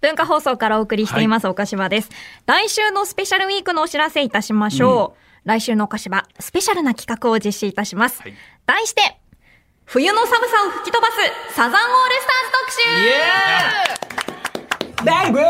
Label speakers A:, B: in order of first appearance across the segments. A: 文化放送からお送りしています、岡島です。来週のスペシャルウィークのお知らせいたしましょう。来週の岡島、スペシャルな企画を実施いたします。
B: はい
A: 題して、冬の寒さを吹き飛ばすサザンオールスターズ特集
C: ダイブ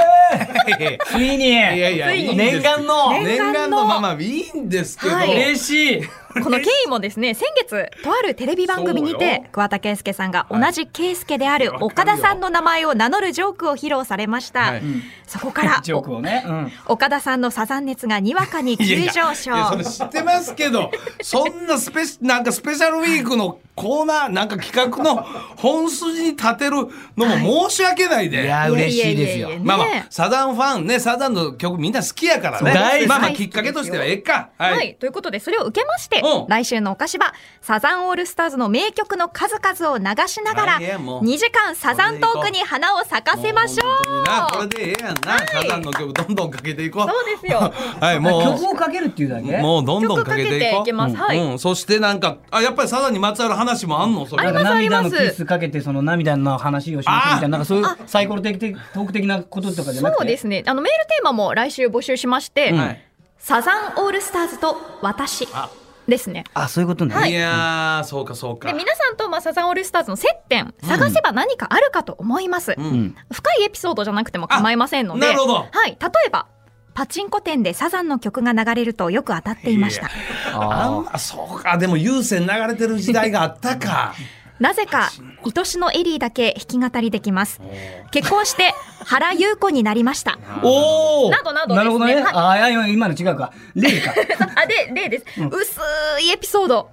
C: ついに
B: いやいや、いいんです
C: 念願の
B: 念願のまあまあいいんですけど、
A: はい
B: え
C: 嬉しい
A: この経緯もですね、先月、とあるテレビ番組に
B: そう
A: て
B: よ、
A: 桑田佳祐さんが同じ佳祐である
B: はい
A: 岡田さんの名前を名乗るジョークを披露されました。
B: はい
A: そこ から、
C: ジョークをね、うん、
A: お岡田さんのサザン熱がにわかに急
B: いやいや
A: 上昇。
B: いやそれ知ってますけどそんなスペシなんかスペシャルウィークのコーナーなんか企画の本筋に立てるのも申し訳ないで、
C: いや嬉しいですよ
A: やややや
B: まあま
A: ね
B: あサザンファンねサザンの曲みんな好きやから
C: そう大
B: ね
C: 好き
B: まあまあきっかけとしてはええか
A: は、
B: はいい、
A: ということでそれを受けまして
B: うん
A: 来週のお菓子場サザンオールスターズの名曲の数々を流しながら
B: あいやもう
A: 2時間サザントークに花を咲かせましょ
B: もう本当になこ
A: う
B: れでええやんな、
A: はい
B: サザンの曲どんどんかけていこう
A: そうです よ
B: はいもう
C: 曲をかけるっていうだけ
B: もうどんどんかけていこ
A: 曲かけて
B: う。
A: いけます
B: うん
A: はい
B: うんそしてなんか、あ、やっぱりサザンにまつわる話もあんの、それ。
A: あります
C: 涙
A: あ
C: の
A: ります
C: キスかけてその涙の話をしましょうみたいななんかそういうサイコロ的トーク的なこととかじゃなくて
A: そうですねあのメールテーマも来週募集しまして、
B: はい
A: サザンオールスターズと私
B: あ
A: ですね
C: あそういうことね、
B: いやー、そうか、そう
A: で
B: か。
A: 皆さんと、まあ、サザンオールスターズの接点探せば何かあるかと思います、
B: ん
A: 深いエピソードじゃなくても構いませんので
B: あなるほど
A: はい、例えばパチンコ店でサザンの曲が流れるとよく当たっていました
B: いあんま、そうか、でも有線流れてる時代があった か。
A: なぜか愛しのエリーだけ弾き語りできます結婚して原優子になりま した
B: おお。
A: などなど
C: な
A: で
C: るほ
A: す
C: ど
A: ね
C: ね、
A: はい
C: ああ今今の違うか例か
A: あで例です、薄いエピソード、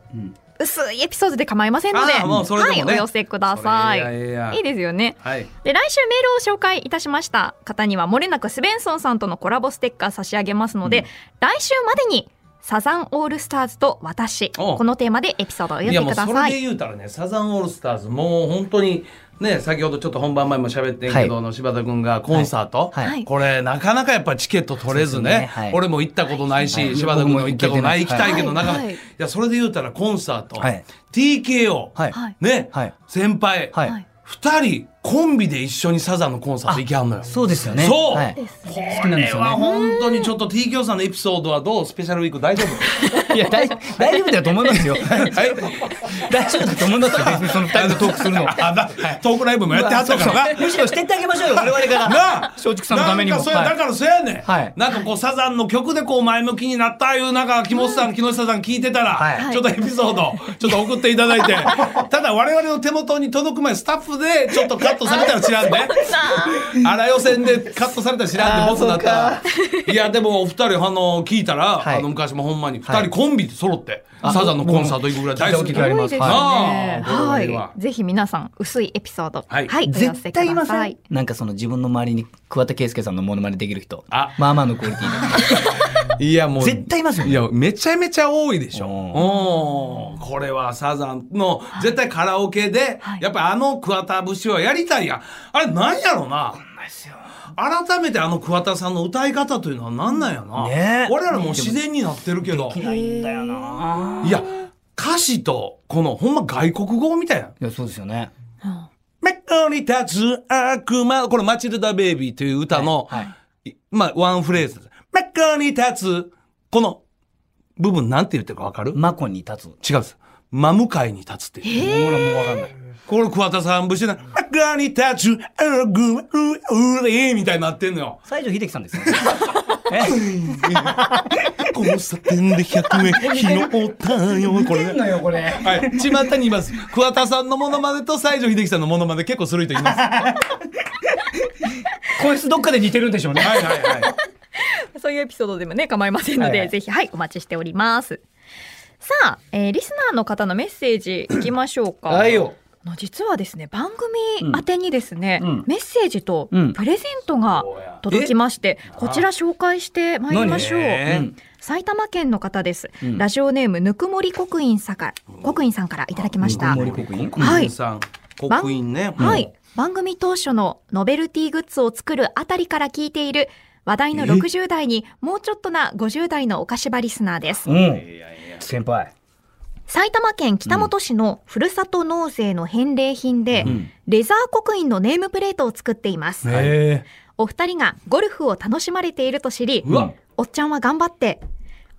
A: 薄いエピソードで構いませんので
B: あーもうそれでもね
A: はい、お寄せください
B: それええやええや
A: いいですよね
B: はい。
A: で来週メールを紹介いたしました方にはもれなくスベンソンさんとのコラボステッカー差し上げますので、来週までにサザンオールスターズと私
B: おう
A: このテーマでエピソードを
B: い
A: 言
B: や
A: って
B: もう
A: くだ
B: それ
A: さ
B: で
A: い。
B: 言うたらねサザンオールスターズもう本当にね先ほどちょっと本番前も喋ってんけど、
C: はい
B: あの柴田君がコンサート、
C: はい
A: はい
B: これなかなかやっぱチケット取れずね
C: そうですねはい
B: 俺も行ったことないし、
C: はい
B: 柴田君も行ったことない行
C: 僕
B: き
C: も行
B: た
C: けてない
B: いけどなかなか、
A: はい
B: い
A: はい
B: やそれで言うたらコンサート、
C: はい
B: TKO、
C: はい
A: はい
B: ね、
C: はい
B: 先輩、
C: はい
A: はい
B: 2人コンビで一緒にサザンのコンサート行きはんのよ。
C: そうですよね
B: そう
C: はい、
A: で
C: 好
A: す
C: き
A: ね
C: なんです
B: これは
C: よね
B: 本当にちょっと TKO さんのエピソー ドはどうスペシャルウィーク大丈夫
C: いや大大丈夫だと思いますよ
B: は い
C: 大丈夫だと思いますよ別にその二人でトークする の
B: あだトークライブもやってはったからな。
C: むしろしてってあげましょうよ我々から
B: なあ
C: 松竹さんのためにも
B: なんかそれ
C: はい
B: だからそうやねん、
C: はい
B: なんかこうサザンの曲でこう前向きになったいうなんか木本さん、木下さん聞いてたら、
C: はい
B: ちょっとエピソードちょっと送っていただい てただ我々の手元に届く前スタッフでちょっとカットされたら知らんで、ね、荒予選でカットされたら知らんで、
C: あー
B: ボスだったらいやでもお二人あの聞いたら、
C: はい
B: あの昔もほんまに二
C: は
B: 人
C: い
B: コンビで揃って、サザンのコンサート行くぐらい大好き
C: 聞いたことあります
A: すごいですね。
B: なあ
A: は、
B: これはい
A: ぜひ皆さん薄いエピソード、は、
B: はいい
A: お寄せ
C: 絶
A: くだ
C: 対いませ
A: さ
C: ん
A: い。
C: なんかその自分の周りに桑田佳祐さんのモノマネできる人
B: あ
C: まあまあのクオリティの
B: いやもう
C: 絶対いますよね
B: いやめちゃめちゃ多いでしょ。
C: う
B: うんんこれはサザンの絶対カラオケで、
A: はい
B: やっぱあの桑田節はやりたいやん。あれなんやろな。改めてあの桑田さんの歌い方というのはなんなんやな。
C: ねえ
B: 我々もう自然になってるけど。
C: ないんだよない
B: や歌詞とこのほんま外国語みたいな。
C: いやそうですよね
B: メッに立つ悪魔。これマチルダベイビーという歌の、
C: はい
B: いまあワンフレーズです。メッに立つ、この部分なんて言ってるかわかる
C: マコに立つ
B: 違うんです。真向かいに立つっていう。
C: ほらもうわかんない
B: これ桑田さん節な、赤に立つ、うぐううれみたいになってんのよ。
C: 西城秀樹さんです ね
B: 交差点で100円拾ったよ。これね。
C: よこれ
B: はい。巷にいます。桑田さんのモノマネと西城秀樹さんのモノマネ結構する人います。は
C: こいつどっかで似てるんでしょうね
B: いはいはい。
A: そういうエピソードでもね構いませんので、
C: はいはい
A: ぜひはいお待ちしております。さあ、えーリスナーの方のメッセージいきましょうか。
C: はいよ
A: あの実はですね番組宛てにですね、
C: うん
A: メッセージと
C: うん
A: プレゼントが届きまして、
B: え
A: こちら紹介してまいりましょう、
B: 何
C: うん
A: 埼玉県の方です、
C: うん
A: ラジオネームぬくもり刻印さんから刻印さんからいただきました、
C: ぬくもり刻印
A: はい
B: 国産。国員ね。
A: はい。番組当初のノベルティグッズを作るあたりから聞いている話題の60代にもうちょっとな50代のお菓子場リスナーです。
C: うん先輩
A: 埼玉県北本市のふるさと納税の返礼品で、
C: ん
A: レザー刻印のネームプレートを作っています。
B: へ
A: お二人がゴルフを楽しまれていると知り
B: うわ
A: おっちゃんは頑張って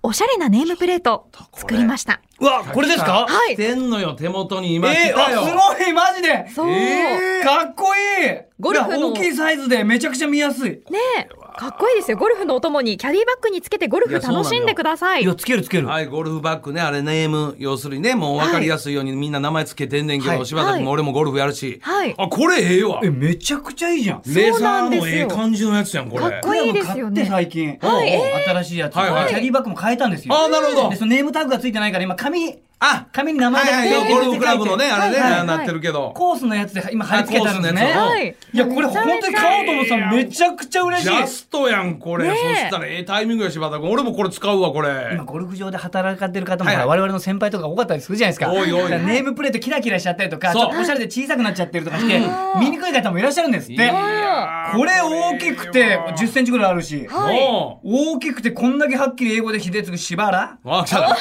A: おしゃれなネームプレート作りました
C: うわ、これですか
A: はい
B: 来てんのよ手元に
C: え
B: 今来
C: ー、あ、
B: た
C: す
B: よ、
C: ごいマジで
A: そう、
B: え
C: かっこいい
A: ゴルフの
C: いや大きいサイズでめちゃくちゃ見やすい。
A: ねえかっこいいですよゴルフのお供にキャディバッグにつけてゴルフ楽しんでください
C: いや、つけるつける。
B: はい、ゴルフバッグね、あれネーム、要するにね、もう分かりやすいようにみんな名前つけてんねんけど、
C: はい
B: 柴田君も俺もゴルフやるし。
A: はい
B: あ、これええわ。
C: え、めちゃくちゃいいじゃん。
B: レー
A: そうな
B: ザ
A: ん
B: ー
A: ですよ
B: のええ感じのやつやん、これ。
A: かっこいいですよね
C: これも買って最近、
A: はい
C: おうおう新しいやつ、
B: はいはい
C: キャディバッグも変えたんですよ。
B: あなるほど
C: でそのネームタグがついてないから今紙
B: あ、
C: 紙に名前
B: はい
C: が
B: はい
C: 書いて
B: ゴルフクラブのね、あれね、
A: はいはいはい
B: なってるけど。
C: コースのやつで今貼り付けてあるんですね。
B: あコースの
A: やつを
C: いやこれ本当に買おうと思ってたのめちゃくちゃ嬉し
B: ジ
C: い
B: ャ。ストやん、こ
A: ね
B: れ。そ
A: え
B: したらええタイミングや、柴田君。俺もこれ使うわ、これ
C: 今。ゴルフ場で働かれてる方も、
B: はいはい
C: 我々の先輩とか多かったりするじゃないですか
B: 多い多い
C: だからネームプレートキラキラしちゃったりとかち
B: そう
C: ょっとおしゃれで小さくなっちゃってるとかして見にくい方もいらっしゃるんですっ
B: い
C: て
B: やー
C: これ大きくて1 0ンチぐらいあるし、
A: はい
B: も
C: 大きくてこんだけはっきり英語で秀次しばら
B: う、わ来たな。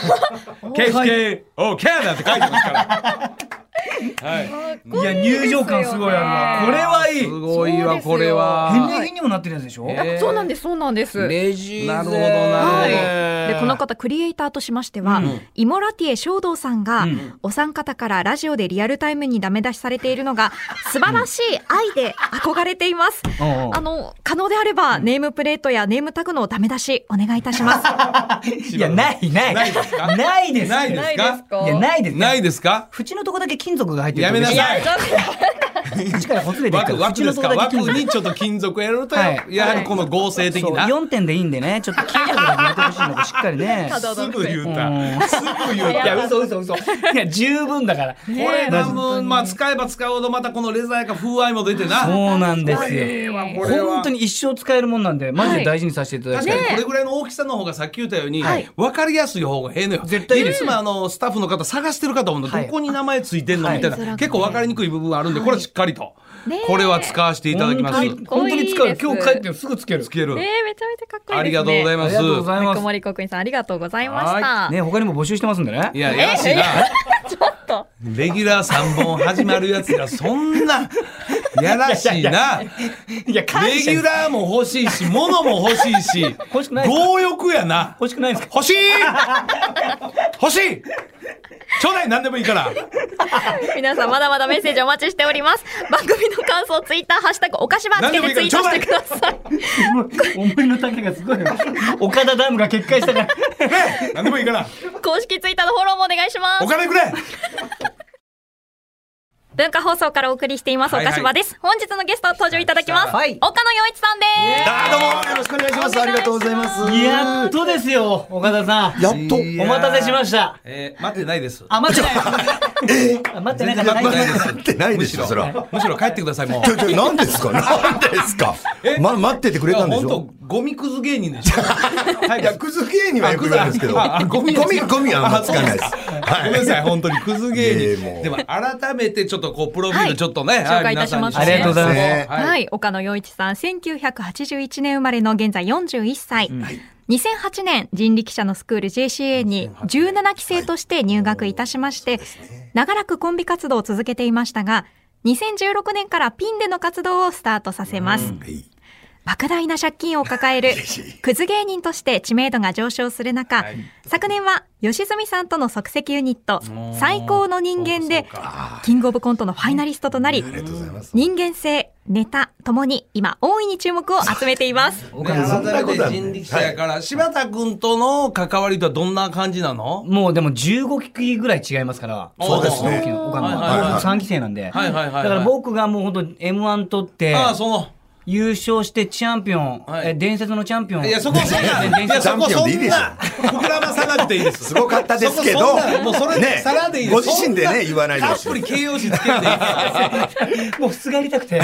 B: KSK、おキャーだって書いてますから。はい。
C: いや入場感すごいあるなこれはいい
B: すごいわ、これ
C: 返
B: は。
C: 礼品にもなってるやつでしょ、
B: え
A: そうなんですそうなんです
B: レジなるほど、
A: は、
B: ないるほど。
A: でこの方クリエイターとしましては、イモラティエ正道さんが、お三方からラジオでリアルタイムにダメ出しされているのが素晴らしい愛で憧れています、
C: おうおう
A: あの可能であればネームプレートやネームタグのダメ出しお願いいたします
C: いやないない
B: ないですか
C: ないです
B: ないですか
A: か
C: いやないです
B: ないですか
C: 縁のとこだけ金属が入ってる
B: やめな
A: や
B: さい。
C: 口からほつれてるか
B: 枠
C: ら
B: 枠ですか
C: 縁のとこだ
B: 枠
C: け金属
B: にちょっと金属やると、
C: はい
B: やはりこの合成的
C: そう
B: な。
C: 4点でいいんでねちょっと金属が入れてほしいのでしっか りね
A: 角
B: すぐ言う
C: うん
B: た。すぐ言う
C: いや
B: た。
C: 嘘嘘嘘いや十分だから
B: これ多分まあ使えば使うほどまたこのレザーやか風合いも出てな。
C: そうなんです
B: これ
C: よ
B: はこれは
C: 本当に一生使えるもんなんでマジで大事にさせていただき
B: 確
C: た
B: かに
C: い
B: これぐらいの大きさの方がさっき言ったように、
A: はい
B: 分かりやすい方がええのよ
C: 絶対いいで
B: つ
C: す
B: もあのスタッフの方探してる方もど
C: はい
B: こに名前ついてんの
C: はい
B: みたいな、
A: はい
B: 結構分かりにくい部分あるんで、これはしっかりと、
A: ねえ
B: これは使わせていただきます
C: 本当に本当に使
A: かっこいいで
C: う
A: す
C: 今日帰ってすぐつける
B: つける、
A: ねえめちゃめちゃかっこいいですね
B: ありがとうござい
C: あ
B: ま
C: り
B: す
C: がとうござい
A: ま
C: ますす
A: 森国さんありがとうございました、
C: ね他にも募集してますんでね
B: いややらしいな、
A: ちょっと
B: レギュラー3本始まるやつがそんなやらしいない
C: や感
B: レギ
C: 謝
B: ュラーも欲しいし物も欲しいし
C: 欲しくないですか
B: 強欲やな
C: 欲しくないですか
B: 欲しい欲しいちょうだい何でもいいから
A: 皆さんまだまだメッセージお待ちしております番組の感想ツイッターハッシュタグおかしばつけてツイートしてください
C: 思いの丈がすごいよ岡田ダムが決壊したから
B: ね何でもいいから
A: 公式ツイッターのフォローもお願いします
B: お金くれ
A: 文化放送からお送りしています、
B: はいはい
A: 岡島です。本日のゲスト登場いただきます。
C: はい
A: 岡野洋一さんです。
B: あどうも
D: よろしくお願いします。ありがとうございます。
C: やっとですよ岡田さん
D: やっと。
C: お待たせしました
B: えー、待ってないです
C: あ待ってないあ待ってないから
B: 全然
C: ない
D: 待ってないですよ、そら。
B: むしろ帰ってくださいもう
D: ちょ、ちょ、何です か何ですかま、待 っててくれたんでし
B: いや
D: ょ
B: 本当ゴミくず芸人でしょはい
D: いや、クズ芸人はよく言うんですけど。
B: あ
D: ゴ
B: ゴミ
D: ミ、ゴミ、ゴミはあんまつかないで
B: あ
D: す
B: そ。ごめんなさい本当にクズ芸
D: いえいえも
B: 人
D: う
B: でも改めてちょっとこうプロフィー
A: は
B: ル
A: い
B: ちょっとね、
A: 紹介いたします
B: は
C: ありがとうございます
D: ね
A: はい、岡野洋一さん、1981年生まれの現在41歳。2008年人力車のスクール JCA に17期生として入学いたしまして、長らくコンビ活動を続けていましたが、2016年からピンでの活動をスタートさせます。
D: はい
A: 莫大な借金を抱えるクズ芸人として知名度が上昇する中、
B: はい
A: 昨年は吉住さんとの即席ユニット
B: ー
A: 最高の人間で
B: そうかそう
A: キングオブコントのファイナリストとなり
D: ありがとうございます。
A: 人間性ネタともに今大いに注目を集めています
B: ね改めて人力車やから、柴田君との関わりとはどんな感じなの
C: もうでも15期ぐらい違いますから
B: そうですね
C: 大きな岡野
B: はいはいはい
C: は3期生なんでだ
B: はいはいはいはい
C: から僕がもう本当 m 1取って
B: ああ、その。
C: 優勝してチャンピオン、
B: はい
C: え伝説のチャンピオン
B: いや、そこそん な、いや、そこそ
D: チャンピオンでいい
B: ん
D: でしょ
B: な、膨らまさなくていいです。
D: すごかったですけ
B: そ
D: ど
B: こそんなもうそれ、
D: ね
B: さらでいい
D: ご自身でね言わないで
B: で
D: ほ
B: ほ
D: し
B: しい。た
D: い
B: っぷり形容詞つけていいです
C: もうすがりた くて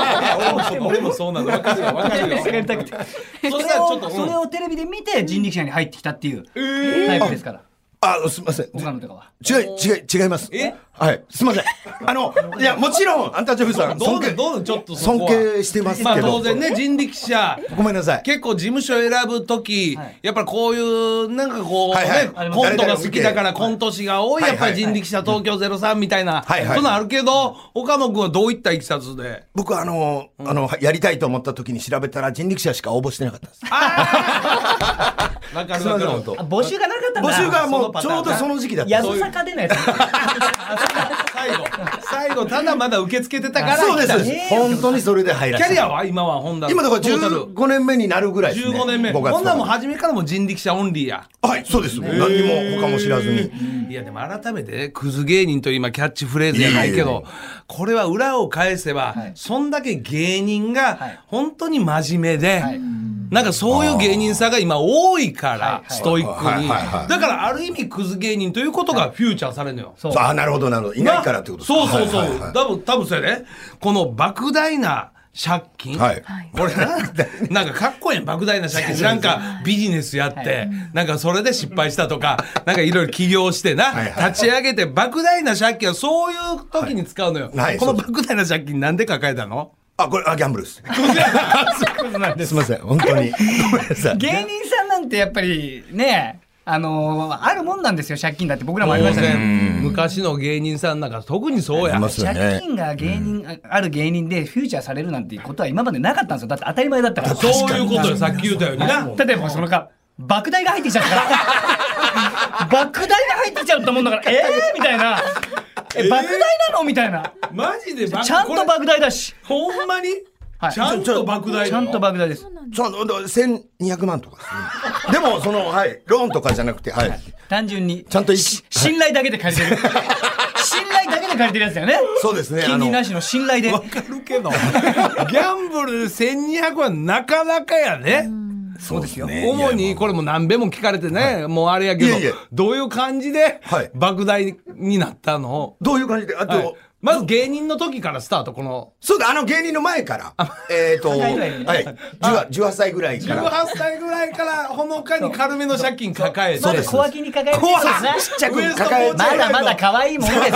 B: 俺も俺もそうなの。わかるよ、わかるよ。
C: すがりたく てそ
B: そ
C: れ
B: したらちょっ
C: を
B: と、
C: それ
B: うん
C: をテレビで見て人力車に入ってきたっていう
B: えー
C: タイプですから
D: あ、すみません。
C: 岡野とかは。
D: 違い、違い、違います。
B: え
D: はい。すみません。あの、いや、もちろん、アンタッチャブルさん、
B: ど
D: 尊
B: うな
D: 敬、
B: どうなちょっとそこ
D: 尊
B: は
D: 敬してますけど。
B: まあ当然ね人力車
D: ごめんなさい。
B: 結構事務所選ぶ時、
C: はい
B: やっぱりこういうなんかこう、
D: はいはい
B: ね
D: あります
B: コントが好きだからコント師が多い、
D: はい
B: やっぱり人力車東京03みたいな、
D: はいはい
B: そんなんあるけど岡野君はどういったいきさつで
D: 僕はあの、あの、やりたいと思った時に調べたら人力車しか応募してなかったです。
B: わかる
D: すいま
B: わ
D: せ
B: かる
D: ん本当
C: 募集がなかったんだ
D: 募集がもう ち
B: その
D: ょ
B: パタ
D: うど
B: ーン
D: その時期だった。
C: 宿坂でのやつ。
B: 最後最後ただまだ受け付けてたから
D: そうですそう
B: 来
D: です。本当にそれで入
B: た
D: ら
B: キャリ
D: せて
B: アは今は本田
D: 今だから
B: トータル
D: 15年目になるぐらいです、ね。
B: 15年目
D: 5月
B: 本田も
D: は
B: 初めからもう人力車オンリーや
D: はい、そうです。何にも他も知らずに。
B: いやでも改めてクズ芸人という今キャッチフレーズじゃないけ
D: いやいや
B: どこれは裏を返せば
C: はい
B: そんだけ芸人
C: は
B: が
C: い
B: 本当に真面目で
C: はい
B: なんかそういう芸人さんが今多いから
C: はい
B: ストイックに
D: はいはいはい
B: だからある意味クズ芸人ということがフューチャーされるのよ。
C: そう。
D: ああ、なるほど、なるほど。いないからってことですか
B: そうそうそう、
D: はいはいはい
B: 多分多分それねこの莫大な借金、
D: はい
B: これな なんかかっこいいやん莫大な借金なんかビジネスやって、なんかそれで失敗したとか なんかいろいろ起業してな、
D: はいはい
B: 立ち上げて莫大な借金はそういう時に使うのよ、
D: はいはい
B: この
D: そう
B: 莫大な借金なんで抱えたの
D: あ、これ、あ、ギャンブルです。すみません、本当に。ごめんなさい。
C: 芸人さんなんてやっぱりね、あのー、あるもんなんですよ、借金だって僕らもありましたね。
B: 昔の芸人さんなんか特にそうや
D: いますよね
C: 借金が芸人、あある芸人でフューチャーされるなんていうことは今までなかったんですよ。だって当たり前だったから。
B: そういうことよさっき言ったようにな
C: 例えばそのか莫大が入ってきちゃった から莫大が入ってきちゃったもんだからええー、みたいなえ莫大なのみたいな
B: マジでば
C: ちゃんと
B: これ
C: 莫大だし、
B: ほんまに、
C: はい
B: ちゃんと莫大
C: ちゃんと莫大です
D: そう、ほんと1200万とかですね。でも、その、はい、ローンとかじゃなくて、はい。
C: 単純に
D: ちゃんとい
C: し信頼だけで借りてる信頼だけで借りてるやつだよね
D: そうですね、あ
C: 金
D: の
C: 利、なしの信頼で
B: わかる けど、 ギャンブルで1200はなかなかやね。
D: そうですよ
B: 主にこれも何べも聞かれてね、もうあれやけ
D: い
B: ど
D: やいや、
B: どういう感じで
D: はい
B: 莫大になったの
D: どういう感じで、あと、
B: はいまず芸人の時からスタート、この。
D: そうだ、あの芸人の前から、えっ、と、
C: 考
D: は
C: え
D: い
C: ぐらいに、
D: 18 18歳ぐらいから。
B: 18歳ぐらいからほのかに軽めの借金抱えて。
C: ま
D: で
C: だ
D: す
C: 小脇に抱えてるやつな
D: ちっちゃく
B: ウエスト
D: 抱えて
B: ポーチ
C: まだまだ可愛いもんですよ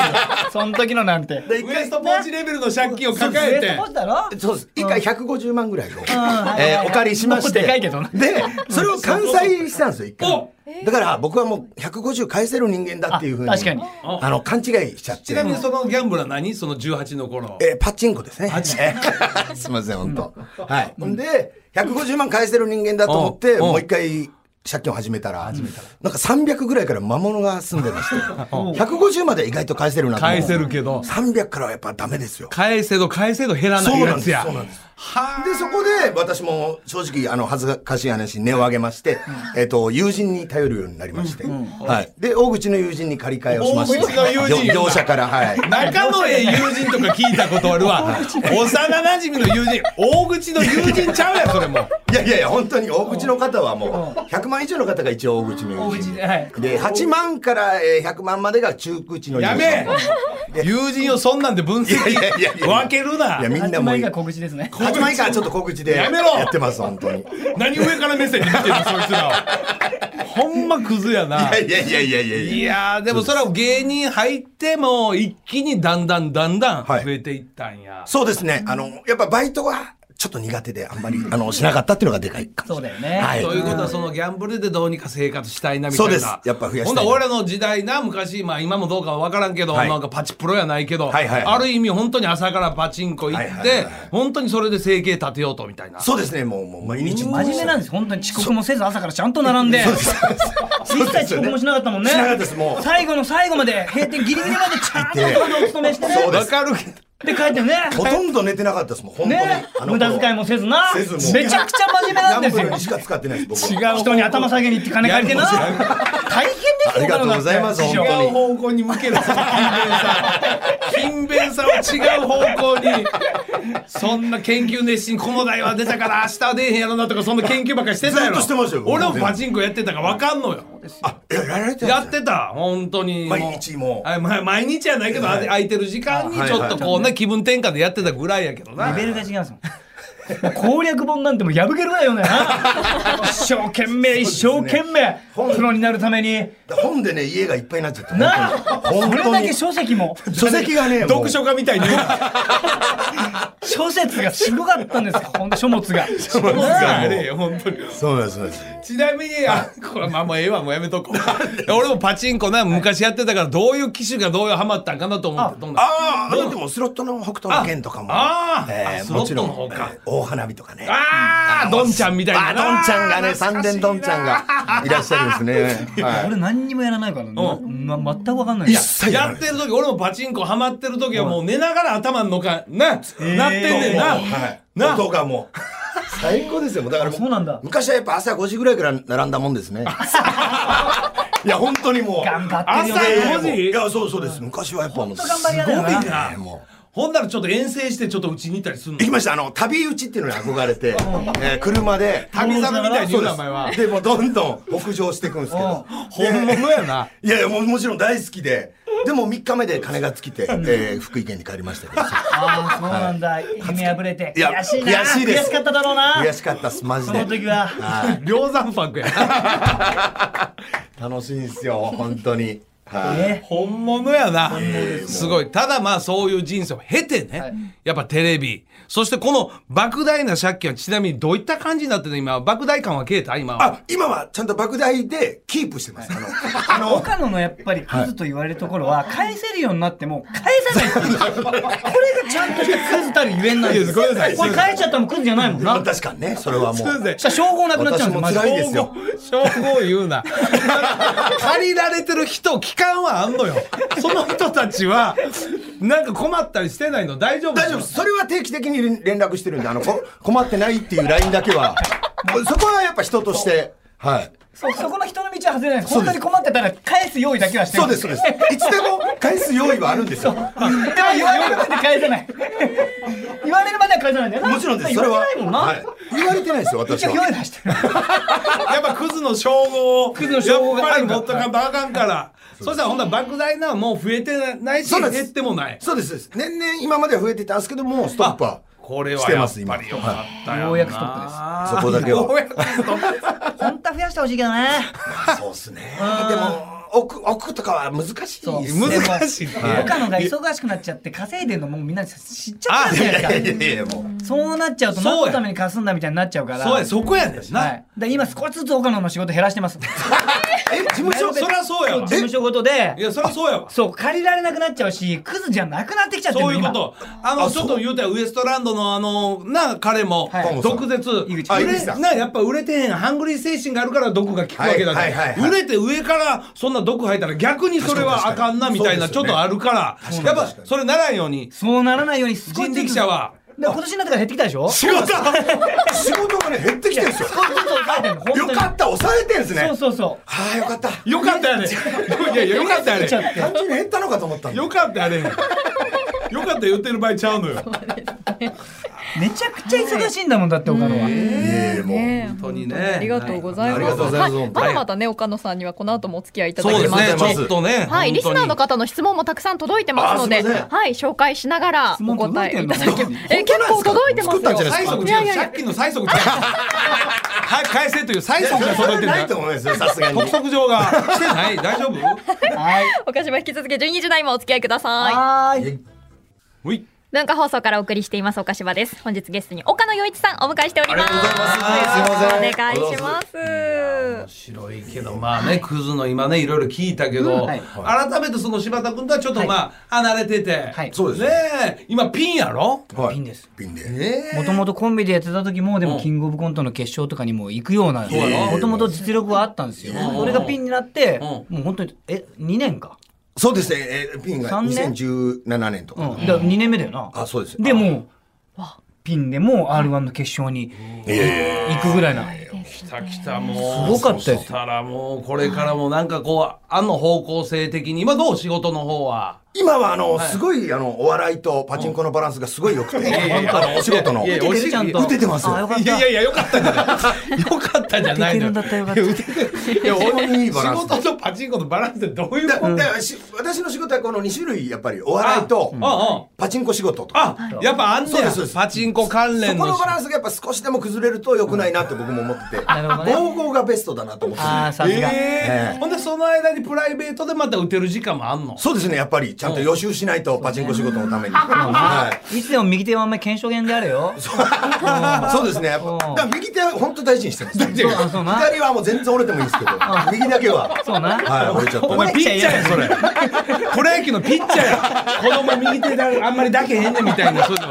C: その時のなんて
D: で一
B: ウエス
D: 回
B: トポーチレベルの借金を抱え
C: ウエス
B: て
C: トポー。チだろ
D: そうです。一回150万ぐらいを、
C: はいはい
D: え
C: はい
D: ーお借りしまして。
C: もうでかいけどな
D: で、それを完済したんですよ、一
B: お
D: 回。だから僕はもう150返せる人間だっていうふうに。
C: あ確かに
D: あの、勘違いしちゃって。
B: ちなみにそのギャンブルは何その18の頃。
D: えーパチンコですね。すみません、本当。 はい。んで、150万返せる人間だと思って、
B: うん
D: もう一回、借金を始めたら、なんか300ぐらいから魔物が住んでまして、150までは意外と返せるなと思う
B: 返せるけど
D: 300からはやっぱダメですよ。
B: 返せど返せど減らない
D: そうな
B: や
D: んで
B: つ
D: す。
B: や
D: そう。なんです。
B: は
D: で、そこで私も正直、あの、恥ずかしい話に根を上げまして、えっと、友人に頼るようになりまして、はい。で、大口の友人に借り換えをしまして、
B: 大口の友人
D: 業業者から、はい。
B: 仲のええ友人とか聞いたことある わ。幼馴染の友人、大口の友人ちゃうやん、それも。
D: いやいやいや、本当に大口の方はもう、100万以上の方が一応大口の友人
C: 大口はい
D: で、8万からえー100万までが中口の友人。
B: やべえ友人をそんなんで分析
D: いやいやいやいや
B: 分けるない
D: や、。みんな
C: 8
D: もう
C: 枚、が小口ですね
D: 8万以下はちょっと小口で
B: やめろ
D: やってます、本当に。い
B: 何上から目線に見てるの、そいつらを。ほんまクズやな。
D: やいやいやいやいや
B: いやー、でもそれは芸人入っても、一気にだんだんだんだん増
D: はい
B: えていったんや。
D: そうですね、あの、やっぱバイトは、ちょっと苦手で、あんまり、あの、しなかったっていうのがでかいかも
C: そう
D: しれ
C: だ
D: ない。
C: よね、
D: は
B: と
D: い
B: いうことはそのギャンブルでどうにか生活したいなみたいな
D: そうですやっぱ増やし
B: ほ
D: たいな
B: んだら俺らの時代な昔まあ今もどうかは分からんけど、
D: はい
B: なんかパチプロやないけど、
D: はいはいはい
B: ある意味本当に朝からパチンコ行って、
D: はいはいはいはい
B: 本当にそれで生計立てようとみたいな
D: そうですね、もう、もう毎日。
C: 真面目なんです本当に遅刻もせず朝からちゃんと並んで一切遅刻もしなかったもんね
D: しなかったですもう
C: 最後の最後まで閉店ギリギリまでちゃんと
D: いて
C: お勤めしてね
D: そう
B: 分
D: です
B: かるけど
C: で帰ってね
D: ほとんど寝てなかったですもん、本当に。
C: ね
D: あの頃
C: 無駄遣いもせずな
D: せずもう
C: めちゃくちゃ真面目なんです
D: ギャンブル
C: よ
D: にしか使ってないです、僕は。
B: 違う
C: 人に頭下げに行って金借りてな
B: ギャン
C: 大変ですよ
D: ありがとうございます
C: こんなのだって
D: 本当
B: 違う方向に向けるその勤勉さ勤勉さを違う方向にそんな研究熱心この代は出たから明日は出えへんやろなとかそんな研究ばっかりしてたやろ
D: ずっとしてましたよ
B: 俺もパチンコやってたから分かんのよ
D: あ、やられて
B: や
D: た
B: ってた本当に
D: 毎日もう
B: あま毎日やないけど、あ空いてる時間に
D: はい
B: ちょっとこうね、
D: は
B: 気分転換でやってたぐらいやけどな
C: レベルが違うんですもん攻略本なんてもう破けるわよね。一生懸命、一生懸命、プロになるために。
D: 本でね、家がいっぱいになっちゃった。
C: な
D: 本
C: それ
D: 当
C: だ
D: に
C: け。書籍も、
D: 書籍が ね、もう
B: 読書家みたいに言う な
C: 小説がすごかったんですよ。ほんと書物が。書物
B: あれよ本当に
D: そうなんです、そうなんです。
B: ちなみに、あ、これ、まあ、もうええわ、もうやめとこ う。俺もパチンコな、昔やってたから、どういう機種がどういうハマったんかなと思って、どんな。
D: ああ、でもスロットの北斗の剣とかも。
B: ああ
D: え
B: あ
D: ー
B: スロ
D: もち
B: ット
D: ろ
B: の
D: ん
B: 方か
D: えー大花火とかね。
B: ああ、ドンちゃんみたいな
D: あ、
B: な。
D: どんちゃんがね、
B: 懐か
D: 三
B: しい
D: 連
B: な
D: どんちゃんがいらっしゃるんですね。はい
C: 俺何にもやらないからね。
B: う
C: ま全くわかんない。いや
D: 切
B: やってる時俺もパチンコハマってる時はもう寝ながら頭の中ななってんねんな、
D: はい
B: な
D: 音がもう。最高ですよ。だからも
C: そうなんだ
D: 昔はやっぱ朝5時ぐらいから並んだもんですね。 いや、本当にもう。
C: 頑張ってる
B: 朝
C: よね。
B: 5
D: い
B: 時
D: や、そうそうです。昔はやっぱもう。す
C: 頑張り屋だよな
D: ごいねもう。
B: ほんならちょっと遠征してちょっとうちに行ったり するの
D: 行きました。あの、旅打ちっていうのに憧れて、えー車で。
B: 旅猿みたいに言うなお
D: そうです
B: 前は
D: で、もうどんどん北上していくんですけど。
B: 本物やない
D: やいやもうもちろん大好きで。でも3日目で金が尽きて、えー福井県に帰りまし たけど。
C: ああ、そうなんだ。夢破れて。
D: いや
C: 悔しいな。
D: 悔しいです
C: かっただろうな。
D: 悔しかったっす、マジ
C: そ
D: で。
C: の時は。
D: はい
B: 量産パックやな
D: 楽しいんですよ、本当に。はい。
C: ね
B: 本物やなすごいただまあそういう人生を経てね、
C: はい
B: やっぱテレビそしてこの莫大な借金はちなみにどういった感じになってるの今は莫大感は消えた今は
D: あ、今はちゃんと莫大でキープしてます。あの、あの、
C: 岡野のやっぱりクズと言われるところは返せるようになっても返さないっていうこれがちゃんとしたクズたるゆえんなんです
B: いやごめんなさい
C: これ返っちゃったらもうクズじゃないもんなそ
D: 確かにね、それはも
B: すいま
D: う。
B: せん
C: したら称号なくなっちゃうんですよ
D: 私も辛いですよ
B: 称号言う な借りられてる人期間はあんのよその人たちはなんか困ったりしてないの大丈夫
D: 大丈夫です。それは定期的に連絡してるんで、あの、こ困ってないっていうラインだけは、そこはやっぱ人として、はい。
C: そそこの人の道は外れないです
D: そう
C: 本
D: です
C: 当に困ってたら返す用意だけはしてる
D: そうです、そうです。いつでも返す用意はあるんですよ。も
C: でも言われるまで返さない言われるまでは返さないんだよな
D: ちろんです、それは。
C: 言われないもんな、
D: はい言われてないですよ、私
C: 一応用
D: は。
C: 意はして る
B: やっぱクズの称号を
C: クズの称号が
B: やっぱり持
C: あ
B: っ
C: る
B: と
C: から
B: かんとあかんからそしたらほんなら莫大なのはもう増えてないし
D: そうなんです
B: 減ってもない
D: そうです、そうです。年々今までは増えてたんですけども、ストップは。
B: これ
D: し
B: は
D: て
B: や
D: ま
B: っ
D: す
B: ぱりよ
D: 今
B: かったよな
C: ようやくストップです
D: そこだけは
B: ようやくストップ
C: 本当は増やしてほしいけどね
D: そうですね。でも、奥、奥とかは難しいです
C: そう
D: ね。
B: 難しいね
C: でも岡野が忙しくなっちゃって稼いでんのもうみんな知っちゃったんじゃないですか
D: いやいやいや、もう。
C: そうなっちゃうと
B: そうや
C: 何のために貸すんだみたいになっちゃうから
B: そうやそこやねんな、
C: はい、で今少しずつ岡野の仕事減らしてます事
D: え、事務所、
B: そりゃそう やわ
C: 務所ごとで
B: いやそりゃそうやわ
C: そう借りられなくなっちゃうしクズじゃなくなって きちゃってる
B: そ
C: の
B: ういうこ
C: 今
B: と。あの、ちょっと言うたら、ウエストランドのあの、な、彼も
C: はい
D: ト、ムさん
B: 毒舌。
C: 井口
B: 売
D: あ井
B: れ
D: 口さん
B: な、やっぱ売れてへん、ハングリー精神があるから毒が効くわけだか
D: はいはいはい
B: ら。
D: はい
B: 売れて上から、そんな毒吐いたら逆にそれはあかんな、みたいな、
D: 確
B: ちょ
D: か
B: っ
D: に
B: とあるから。やっぱ、それならんように。
C: そうならないように少しずつ
B: 人力車は
C: で今年になってから減ってきたでしょ
D: 仕事仕事がね、減ってきてるんですよ。
C: 少しずつ抑えてんの本当
D: よ
C: に
D: かった、抑えてるんですね。
C: そうそうそ
D: はあ、よかった。
B: よかったやね。いやいや、よかった
C: うちゃ
B: やね。
C: って
D: 単純に減ったのかと思ったんだ
B: よかったやね。よかった言ってる場合ちゃうのよ。本
C: めちゃくちゃ忙しいんだもんだって岡野は、
D: ええ、もう。
A: ね
B: 当にね。
A: ありがとうござい
D: あり
A: ま
D: が
A: す。
D: とうございます
A: はい、まだまだね、岡野さんにはこの後もお付き合いいただ
B: そう
A: き
B: です
A: ます
B: ね、
A: し。
B: ちょっとね。
A: はい、リスナーの
B: 本
A: 方の質問もたくさん届いてますの
D: あ
A: で、
D: すいません
A: はい、紹介しながら
C: 質
A: お
C: 問
A: 答
C: 届
A: え
C: いて
A: い
C: んの
A: ただきます。え、結構届いてますよ。
D: 作ったんじ
B: 当に。
D: ゃない
B: 催促
A: い
B: 違
A: や
B: う
A: いやいや
B: 借金の催促違う。はい、返せという催促が
D: そ
B: 届いてる
D: れはないと思いますよ、さすがに。
B: 督促状 がしてない大丈夫
C: はい
A: 岡島引き続き12時台もお付き合いください。
C: はーい
B: ほい
A: 文化放送からお送りしています岡島です。本日ゲストに岡野陽一さんお迎えしております。
D: ありがとうございま
A: よろしく
D: す
A: お願いします。
B: 白いけどまあねクズの今ねいろいろ聞いたけど、
C: うんはい
B: 改めてその柴田君とはちょっと
C: はい
B: まあ離れてて、
C: はい
D: そうです
B: ねえ今ピンやろ
D: はい
C: ピンです
D: ピン で。
C: もともとコンビでやってた時もでもキングオブコントの決勝とかにも行くような
D: うやな
C: もともと実力はあったんですよ
B: ん
C: 俺がピンになって
B: ん
C: もう本当にえ2年か
D: そうですね、えーピンが
C: 三年
D: 2017年とか。
C: うんだから2年目だよな
D: あ、そうです。
C: でもピンでもう R1 の決勝に
D: いやいやいや
C: 行くぐらいな
B: 来た来たもう
C: すごかったよ
B: そしたらもうこれからもなんかこうあの方向性的に今どう仕事の方は
D: 今はあの、すごいあの、お笑いとパチンコのバランスがすごい良くて、 あの、お仕事の。
B: いやいや
D: 打
B: お
C: 打て
B: 尻
C: てるちゃんと。
D: 打ててますよ
C: あ、よかっ
B: いやいや
C: た。
B: いや、よかったんじゃな い。よかったんじゃないのよ。
C: できるんだったらよかった
B: いや打てていや、
D: 非常にいい
B: 俺、
D: バランス
B: 仕事とパチンコのバランスってどういう
D: だ
B: こと
D: だからし私の仕事はこの2種類、やっぱりお笑いと
B: あああ、
D: パチンコ仕事と。
B: あ、やっぱあんね
D: そうで
B: や
D: すそうで。す
B: パチンコ関
D: そ
B: 連
D: この
B: の
D: バ。ランスがやっぱ少しでも崩れると良くないなって僕も思ってて、
C: なるほどね
D: 55がベストだなと思ってて
C: あー、さすが。
B: え
D: え
B: え
D: え
B: ほんで、その間にプライベートでまた打てる時間もあんの。
D: そうですね、やっぱりちゃんと予習しないとパチンコ仕事のために。はい
C: いつでも右手はあんまり検証源であれよ。
D: そうですね。やっぱだから右手は本当大事にしてます。左
C: うそうな
D: はもう全然折れてもいいんですけど、右だけは。
C: そうな
D: はい、折れちゃった。
B: お前ピッチャーやんそれプロ野球のピッチャーやんこの前右手だあんまりだけへんねみたいなそういうの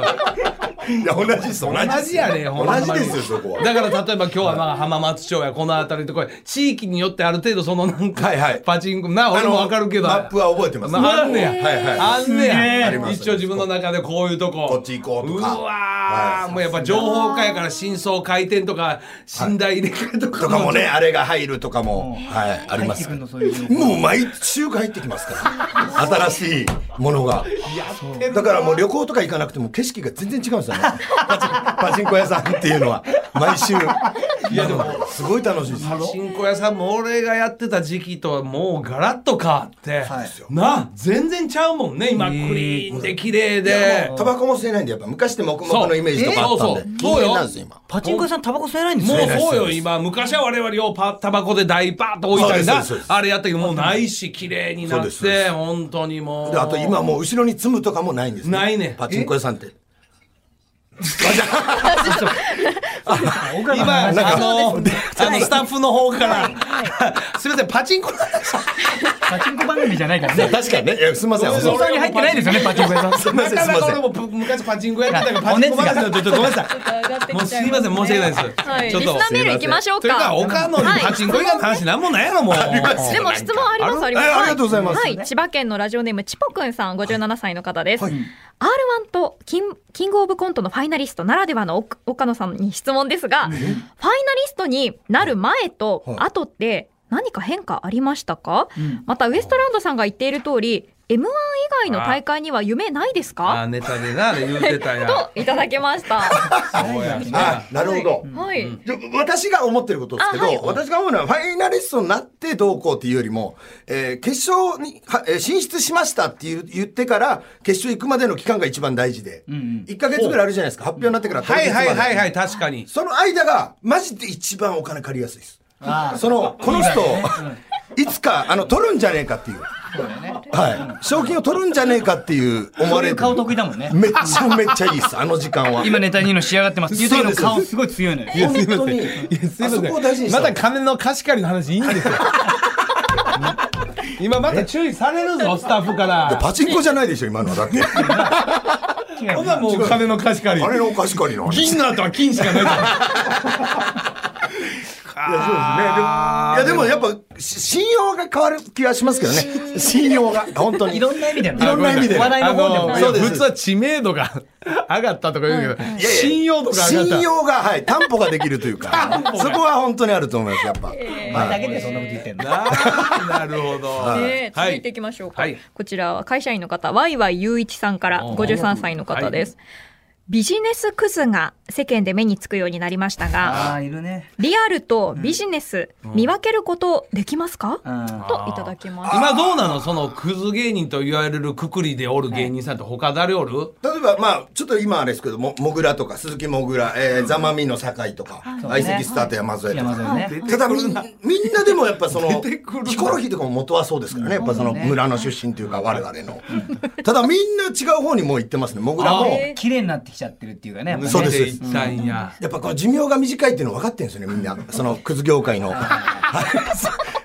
D: いや、同じです、同じです。
B: 同じやねほんまに
D: 同じですよ、そこは。
B: だから例えば今日はまあ浜松町やこの辺りとか地域によってある程度そのなんか
D: はいはい
B: パチンコな俺もわかるけど
D: マップは覚えてます。
B: まああんねや
D: はいはい。
B: あんね
D: あり
B: や
D: ます
B: 一応自分の中でこういうとこ
D: こっち行こうとか
B: うわ
D: は
B: ー
D: い
B: もうやっぱ情報化やから真相回転とか信頼入れ替えとか
D: とかもね、あれが入るとかも、はい、あり
C: 入
D: ま
C: って
D: す
C: く。るの、そういう情報。
D: もう毎週入ってきますから、 新しいものが。だからもう旅行とか行かなくても景色が全然違うんですよね。パチン パチンコ屋さんっていうのは、毎週。いやでも、すごい楽しいです。
B: パチンコ屋さんも俺がやってた時期とはもうガラッと変わって、
C: はい
B: なあ全然ちゃうもんね今クリーンで綺麗で
D: もうタバコも吸えないんで、やっぱ昔って黙々のイメージとかあったん
B: そう
D: で
B: え。ーそうそう
D: 禁煙なんですよ、今。
C: パチンコ屋さんタバコ吸えないんです
B: もう
C: ね。
B: そうよ今昔は我々よパタバコで大パーッと置いたり
D: そう
B: な
D: ですそうです
B: あれやったけどもうないし綺麗になっ
D: そうで
B: て本当にもう
D: であと今もう後ろに積むとかもないんですね
B: ないね
D: パチンコ屋さんって。
C: 今
B: 今あの
C: パ
B: あのスタッフの方からすみませんパチンコの話
C: チンコ番組じゃないからね。
D: 確かにね。いやすみません。
B: そう
C: そこに入ってないですよね、パチンコ屋さん。
D: ま
B: なか
D: せんすいません
B: なか俺もぷ昔パチンコやってたからパチンコ話になってちょっとごめんなさい
A: 上がって
B: もう
A: き
B: す
A: ちゃ
B: みません申し訳ないです
A: はい、
B: ちょっ
A: リス
B: と
A: ナーメール行きましょう
B: というか、
A: か。
B: 岡野にパチンコ以外の話なんもないやろ、もう。
A: はいでも質問ありますあります。
D: えありがとうございます
A: はい、千葉県のラジオネームちぽくんさん、57歳の方です。R1 とキンキングオブコントのファイナリストならではの岡岡野さんに質問ですが、ファイナリストになる前と
D: はい
A: 後って何か変化ありましたか？
C: ん
A: またウエストランドさんが言っている通り、M1 以外の大会には夢ないです
B: あ、
A: か？
B: ネタでな、あれ言うてたやん。
A: といただきま した。
B: そうやんな
D: あ、なるほど。
A: はい。
D: じゃ私が思ってることですけど、
A: あはい
D: 私が思うのはファイナリストになってどうこうっていうよりも、えー決勝にはえー進出しましたっていう言ってから決勝行くまでの期間が一番大事で、1ヶ月ぐらいあるじゃないですか発表になってから当
B: は
D: 日
B: い
D: ま
B: はい
D: で
B: はいはい、確かに。
D: その間がマジで一番お金借りやすいです
C: あ
D: そのこの人いつかあの取るんじゃねえかっていうはい賞金を取るんじゃねえかっていう思
C: そ
D: わ
C: う
D: れ
C: いう
D: る
C: 顔得意だもんね。
D: めっちゃめっちゃいいですあの時間は
C: 今ネタにの仕上がってます。っていう時の顔すごい強いのよ。
D: 本当にあそこを大事にした
B: また金の貸し借りの話いいん ですよ。今また注意されるぞ、スタッフから。
D: パチンコじゃないでしょ今のはだって
B: ほなもう金の貸し借り
D: あ。れのおかしかりの話
B: 銀の後は金しかないから。
D: いや、そうですね。でもいや、でもやっぱ、し信用が変わる気がしますけどね。信用が、本当に。
C: いろんな意味での。
D: いろんな意味で
C: お笑いの方でも
B: あの
C: ね。
D: そうです
B: 普通は知名度が上がったとか言うけど、
D: いやいや
B: 信用度が上がった。
D: 信用が、はい、担保ができるというか、そこは本当にあると思います、やっぱ。
C: お
D: は
C: 前
D: い
C: だけでそんなこと言ってんの。
B: なあなるほど。
A: ね、続いていきましょうか、
B: はい
A: こちらは会社員の方ワイワイ雄一さんから
B: おー
A: 53歳の方です、ビジネスクズが世間で目につくようになりました
C: あ
A: が
C: あ、いるね。
A: リアルとビジネス、見分けることできますか、
C: うん。あ
A: といただきます
B: 今どうなのそのクズ芸人と言われるくくりでおる芸人さんって他誰おる
D: 例えば、まあ、ちょっと今あれですけども、もぐらとか、鈴木もぐら、えー、ざまみの酒井とか、相、
C: い
D: 席スタート山添と
C: 山
D: か。
C: 添ね。
D: ただみん、みんなでもやっぱその、
B: 出てくるな
D: ヒコロヒーとかも元はそうですからね、やっぱその村の出身というか、我々の。ただみんな違う方にもう行ってますね、もぐら
B: あ
D: も。
A: ー
C: 綺麗になってきちゃってるっていうかね。やっぱね
D: そうです
B: いったんや。
D: やっぱこの寿命が短いっていうの分かってるんですよね、みんな。その、クズ業界の。 はい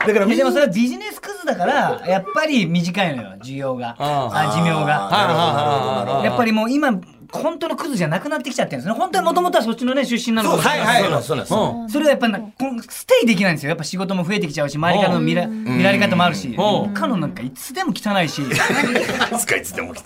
D: だから
C: い
D: み
C: や
D: ん
C: でも
D: な
C: それはビジネスクズだから、やっぱり短いのよ、需要が。
B: あ
C: あ寿命が。
D: あーなるほどなるほどなるほ
B: あ
D: ど
B: ー
C: やっぱりもう今、本当のクズじゃなくなってきちゃってるんですね。本当はもともとはそっちのね、出身なのかもしれない
B: はい
D: そう
B: は
D: ないんですそうなんです
B: うん
C: それはやっぱなこんステイできないんですよ。やっぱ仕事も増えてきちゃうし、周りからの見ら見られ方もあるし、
B: うん
C: カノンなんかいつでも汚いし、
D: 使いつでも汚い。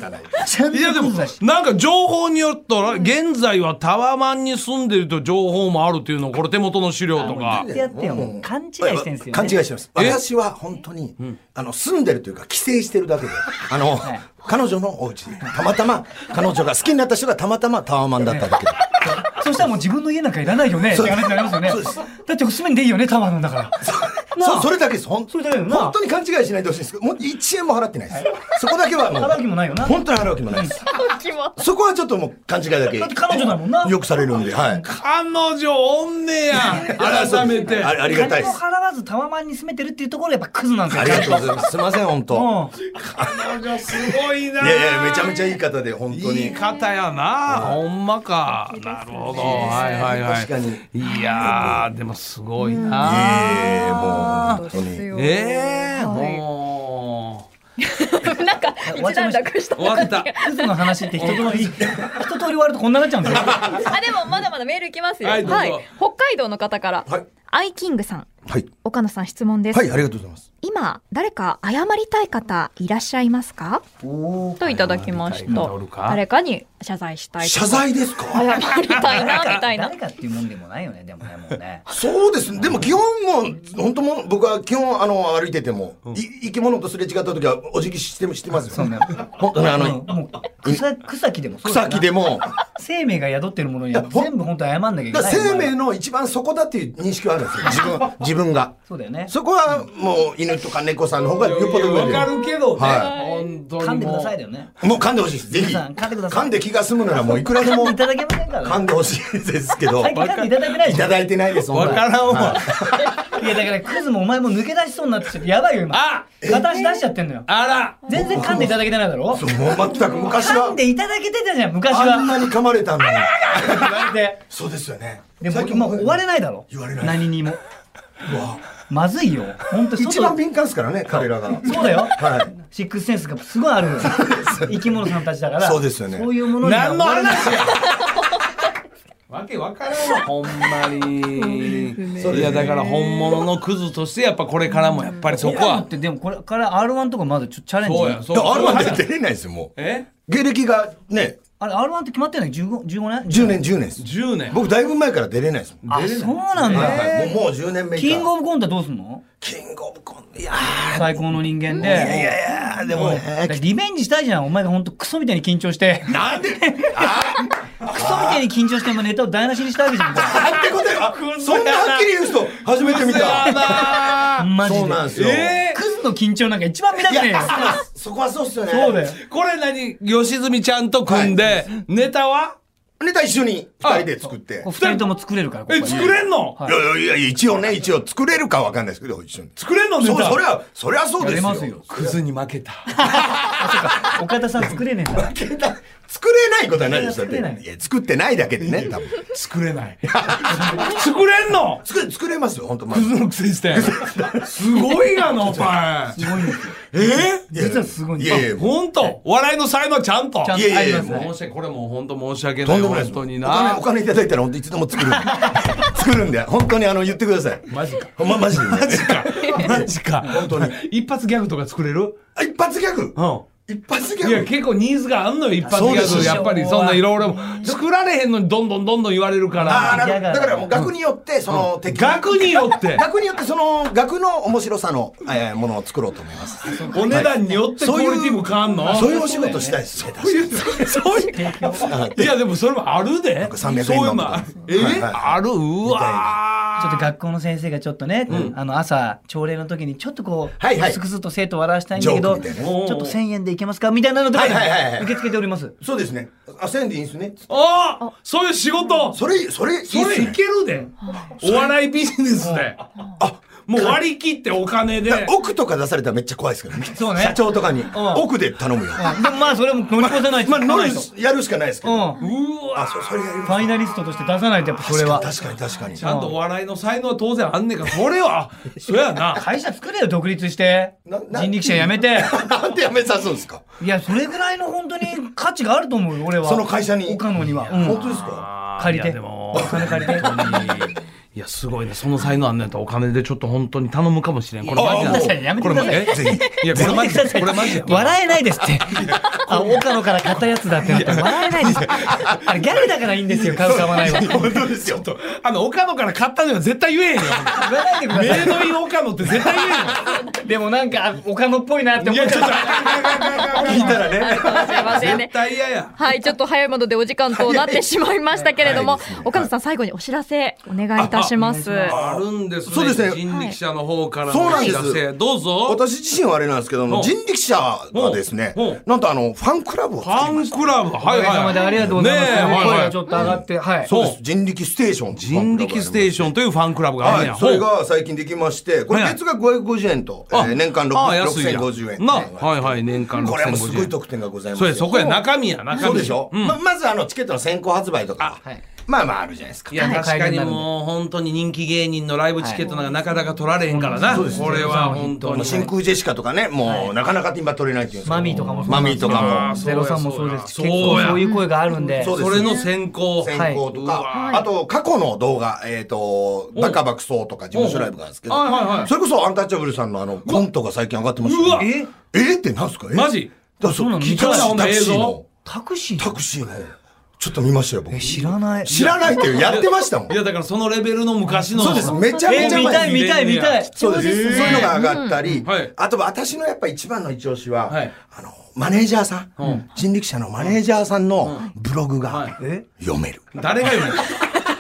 C: ちゃんと
B: いやでも
C: クズだし。
B: なんか情報によったら現在はタワマンに住んでると情報もあるっていうのこれ手元の資料とか
C: やってよ、もう勘違いしてんすよ、ね。
D: 勘違いしてます。私は本当に、あの、住んでるというか、帰省してるだけで、あの、彼女のお家でたまたま彼女が好きになった人がたまたまタワマンだっただけで
C: そしたらもう自分の家なんかいらないよねって話になりますよね
D: そうです
C: だっておすめんでいいよねタワーなんだから
D: そうそれだけですほん
C: それだけだよな
D: 本当に勘違いしないでほしいんですけどもう1円も払ってないですそこだけはもう
C: 払う気もないよな
D: 本当に払う気もないですそこはちょっともう勘違いだけ
C: だって彼女だもんな
D: よくされるんではい
B: 彼女おんねや改めて
D: あありがた
C: 金
D: いで
C: を
D: す
C: 払わずタワマンに住めてるっていうところがやっぱクズなんです
D: あ
C: よ
D: りがとうございますすいません本当
C: うん
B: 彼女すごいない
D: やいやめちゃめちゃいい方で本当に
B: いい方やな、ほんまか、なるほど、はいはいはい
D: 確かに
B: いやーでもすごいな、
D: ええもう本当に
A: よ
B: ええ
A: はい
B: も
A: なんか 一段落した
B: う終わった
C: クズの話って一通 り一通り終わるとこんなになっちゃうんですよ
A: あでもまだまだメールいきますよ。
B: は
A: はいい、
B: どうぞ
A: 北海道の方から、
D: はい
A: アイキングさん、
D: はい
A: 岡野さん質問です。
D: はいありがとうございます
A: 今誰か謝りたい方いらっしゃいますか？といただきまし
B: 謝りたい
A: た
B: 方おるか。
A: 誰かに謝罪したいと
D: 謝
A: か。
D: 罪ですか
A: 謝りたいなみたいな
C: 誰。かっていうもんでもないよねでもねもう ね
D: そうですねでも基本もう本当もう僕は基本あの歩いてても、い生き物とすれ違った時はお辞儀してしてます
C: そ
D: よ、
C: うね
D: 本当にあ
C: あ
D: の
C: のもう草草木でもそうだよな
D: 草木でも
C: 生命が宿ってるものには
D: ほん
C: 全部本当謝んなきゃいけ
D: だ
C: な
D: か
C: い
D: ら生命の一番そこだっていう認識はあるんですよ自分自分が
C: そうだよね
D: そこはもう犬とか猫さんの方がよっぽど上
B: わ
D: で
B: かるけどね、
D: は
B: 本当にもう
C: 噛んでくださいだよね
D: もう噛んでほしいですぜひ
C: 皆さん噛んでください
D: 噛んで気が済むならもういくらで
C: 噛ん
D: も
C: でいただけませんから
D: 噛
C: ね
D: んでほしいですけど
C: 最近噛んでいただけない
D: い
C: じゃ
D: た
C: ん
D: だいてないです
B: わからんわ、
C: いやだからクズもお前も抜け出しそうになってちょっとやばいよ今
B: あ
C: 私出しちゃってんのよ
B: あら
C: 全然噛んでいただけてないだろ
D: 本当もう全く昔
C: 噛
D: は
C: んでいただけてたじゃん昔
D: あん
C: は
D: なに噛まれたのに
C: なんで
D: そうですよね
C: でも
D: 最近
C: 今終われないだろ
D: 言われない
C: 何にも
D: うわ
C: まずいよ本当
D: 一番
C: 外
D: 敏感ですからね彼らが
C: そうだよ
D: はい
C: シックスセンスがすごいあ るのよ生き物さんたちだから
D: そうですよね
C: そういうものには
B: 何の
C: 終われない
B: 話やわけわからんわほんまに、
D: そうですね
B: いやだから本物のクズとしてやっぱこれからもやっぱりそこ
C: 今のっ
B: は
C: てでもこれから R1 とかまだちょっとチャレンジ
B: そうやそう
D: だから
B: そう
D: R1 って出れないですよもう
B: え
D: 芸歴がね
C: あれ R1 って決まってない15 15年
D: 10年10年です
B: 10年
D: 僕だいぶ前から出れないですもん
C: あそうなんだ
D: はいもうもう10年目以下
C: キングオブコントはどうすんの
D: キングオブコントいや
C: 最高の人間で
D: ーいやいやでも
C: だから
D: ね
C: リベンジしたいじゃんお前がほんとクソみたいに緊張して
D: なんであ
C: クソみたいに緊張してもネタを台無しにしたわけじゃんこれ
D: なんてことよそんなはっきり言う人初め て見
B: や
D: た
B: だー
C: マジで
D: そうなんですよ
B: え
C: クズの緊張なんか一番見たくねえよ
D: そこはそうっすよね
C: そうだよ
B: これ何吉住ちゃんと組んで、ネタは
D: ネタ一緒に2人で作って
C: こう二人とも作れるからここ
B: え作れんの、
D: いやいやいや一応ね一応作れるかわかんないですけど一緒に
B: 作れんのネ
D: そう
B: タ
D: そりゃそりゃそう
C: や
D: で
C: れますす
D: よ
C: よ
B: クズに負けた
C: 岡田さん作れねえんだ
D: 作れた作れないことはないですよだ
C: 作れ
D: っ
C: な
D: て
C: い
D: いや作ってないだけでね多分
B: 作れない作れんの
D: 作れ作れますよ本当ま
B: クズのくせしてすごいがのお前
C: すごいんですよ
B: え
C: 実はすごいん
D: い
C: ですよ
D: やいや
B: ほんとお笑いの才能ちゃんと
C: ちゃん
D: いやい
C: と
D: や
C: あ
D: い
C: り
D: や
C: ますね
B: 申し訳これもう本当申し訳な
D: と
B: い
D: んでもな
B: 本
D: いです
B: 当に
D: お金
B: な
D: お金いただいたら本当いつで も作るんで作るんで本当にあの言ってください
B: マジか
D: ほんまマジで、ね、マジか
B: マジか
D: 本当に
B: 一発ギャグとか作れる
D: 一発ギャグ
B: うん
D: 一発ギャ
B: い
D: グ
B: や結構ニーズがあんのよ一発ギ
D: そう
B: ャ
D: で
B: グ
D: すよ
B: やっぱりそんないろいろ作られへんのにどんどんどんどん言われるか
D: ああな
B: ら
D: るほどだからもう額によってその敵
B: 額によって
D: 額によってその額の面白さの、えーものを作ろうと思います
B: お値段によってクオ
D: そう
B: リ
D: いう
B: ティも変わんの
D: そういうお仕事したいですね
B: そういうそういういやでもそれもあるで
D: か
B: そ
D: 300
B: う
D: 円
B: いうの
D: の
B: あ
D: とか
B: え
D: はいはい
B: あるうわ
C: ちょっと学校の先生がちょっとね、あの朝朝礼の時にちょっとこう、
D: はいはい
C: クスクスと生徒を笑わしたいんだけど、
D: ジョーク
C: ち
D: みたいな
B: ね
C: ょっと1000円でいけますかみたいなのとか、
D: はいはいはいはい
C: 受け付けております。
D: そうですねあせんでいいんですね
B: ああそういう仕事
D: それそれいいっす
B: それい
D: ね
B: けるでお笑いビジネスでもう割り切ってお金で
D: 奥とか出されたらめっちゃ怖いですけどね
C: そうね
D: 社長とかに奥で頼むよ
C: うんでもまあそれはもう乗り越せないと。
D: まあノ
C: ない
D: ル
C: と。
D: やるしかないですけ
C: う
D: ど
C: ん。フ
B: うわ
D: あそうそれやります
C: ァイナリストとして出さないとやっぱそれは。
D: 確かに確かに
B: ちゃんとお笑いの才能は当然あんねんからそれはそやな
C: 会社作れよ独立して
D: なな
C: 人力車やめて
D: なんでやめさすんですか
C: いやそれぐらいの本当に価値があると思うよ俺は
D: その会社に
C: 岡野には、うん
D: 本当ですか
B: あー
C: 借り
B: い
C: て
B: やでも
C: お金借りて
B: 本当にいや、すごいね。その才能あんのやったらお金でちょっと本当に頼むかもしれん。これマジ
C: や
B: な
C: め
B: の
C: てくださいやめて
B: こ
C: く
B: れマ
C: ださ
B: ジ
C: い
B: えぜひ いや、これマジこれマジや。
C: 笑えないで すって。あ、岡野から片やつだってなったら笑えないですよ。あれギャルだからいいんですよ、買う買わないは。
B: 本当ですよ。あの、岡野から買ったのは絶対言えへんよ。
C: 言わないでくだ
B: メイ
C: さ
B: ドイン岡野って絶対言えへんよ。
C: い。でもなんか、岡野っぽいなって
B: い
C: 思っ
B: や、
C: ち
B: ち
C: ゃ
B: ょ
C: う
B: っと、聞いたらね。
A: すいませんね
B: 絶。対嫌や。
A: はい、ちょっと早いものでお時間となってしまいましたけれども、岡野さん最後にお知らせお願いいたします。
B: あるんですね。
D: そうですね
B: 人力車の方からの
D: そうなんです
B: お知らせどうぞ。
D: 私自身はあれなんですけど
B: う
D: も
B: ん
D: 人力車がですね
B: うんうん
D: なんとあのファンクラブを
B: フ
D: 作り
B: ァ
D: ま
B: ン
D: した
B: クラブ。
C: おか
B: はい
C: げさ
B: は
C: ま
B: い。
C: でありがとうございます。
B: ねえはいはい
C: 声がちょっと上がって、はい。
D: そうです人力ステーション
B: 人力ステー
D: シ
B: ションというファンクラブがあるんや。
D: はい、それが最近できまして、これ
B: はい
D: 月額550円と、え
B: あ
D: ー年間
B: あ安いや
D: 6050円。
B: な、
D: はい
B: はいはい、年間
D: これはもうすごい
B: 6050円。
D: 特典がございます
B: そ
D: よ。
B: れ、そこや、中身や、中身。
D: そうでしょ、
B: うん
D: ままずあのチケットの先行発売とか
C: はい
D: まあまああるじゃないですか
B: いや、
C: はい
B: 確かにもう、本当に人気芸人のライブチケットなんかなかなか取られへんからな。
C: そうですね
B: これは本当
D: もう
B: に。
D: 真空ジェシカとかねもうなかなか今取れないっていうんですけど
C: マミーとかもそう
D: マミーとか
B: あ
D: も
B: ー
C: ゼロさんもそうですし
B: そうや
C: 結構そういう声があるんで。
D: そうです
B: それの先行。
D: 先
C: はい
D: 行と
B: う
D: か、あと過去の動画、えっ、と、バカバクソとか事務所ライブがあるんですけど、
B: はいはいはい
D: それこそアンタッチャブルさんのあのコントが最近上がってます
B: うわ
D: ええってなんすかえ
B: マジ
D: だから
C: そう
D: そう
C: なの
D: 聞いたら
B: 見たこと
D: タ
B: ない
D: クシーの、
C: タクシー
D: タクシーの、ちょっと見ましたよ、僕
C: え、。知らない。
D: 知らないっていう、やってましたもん
B: い。や、だからそのレベルの昔の。
D: そうです、めちゃ
C: え
D: めちゃ
C: 見た
D: 前
C: い
D: に。
C: 見たい見たい。
D: そうです、そういうのが上がったり、
B: はい
D: あと私のやっぱ一番の一押しは、
B: はい
D: あの、マネージャーさん、人力車のマネージャーさんのブログが
C: え
D: 読める。
B: 誰が読むの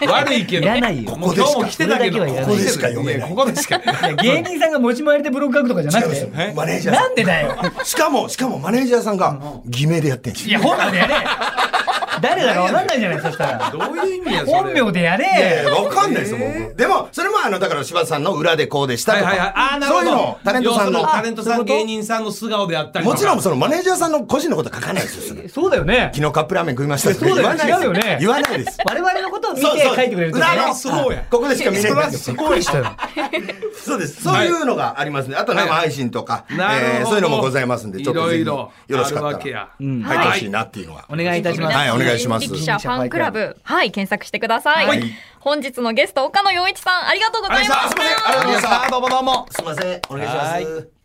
B: 悪いけど。
C: いらないよ
B: もう今日も来てたけど、
C: ここでしか
D: ここでしか読めない
B: やここでしか。
C: いや芸人さんが持ち回りでブログ書くとかじゃなくて。
D: マネージャーさん
C: なんでだよ。
D: しかも、しかもマネージャーさんが偽名でやってんです
C: いや、本名でやれ。誰だかわかんないじゃない、そしたら。
B: どういう意味や、そ
C: 本
B: れ。
C: 名でやれ。
D: わかんないですよ、僕でも、それもあの、だから柴田さんの裏でこうでした
B: はい
D: と
B: はいはい。あー
D: か、
B: なるほ
D: そ
B: ど。
D: ういうのをタレントさん
B: 要
D: の
B: するに。タレントさん、
C: そういうこと
B: 芸人さんの素顔であったりとか
D: もちろんそのマネージャーさんの個人のこと書かないですよ。それ
C: そうだよね。
D: 昨日カップラーメン食いましたとか
C: そうだよ
D: 言わないです
C: 違うよね
D: 言わないです。
C: 我々のことを見て書いてくれるとかね
D: 裏の
B: そうや
D: ここでしか見れないんです
B: そ
D: よ。
B: らそうや
D: そうです。そういうのがありますね。あと生配信とか、え
B: なるほ
D: ー
B: ど
D: そういうのもございますんで、ちょっとぜ
B: い
D: ひ、よ
B: ろいろ
D: ろしか
B: あるわ
D: った
B: け
D: ら
B: や。
D: 入ってほしいなっていうのは。
C: お願いいたします。
D: はいお願いします
A: 人力車ファンクラブ、はい、検索してください。
D: はい
A: 本日のゲスト、岡野陽一さん、ありがとうございました。
B: ありがとうございました。どうもどうも。
D: すいません、お願いします。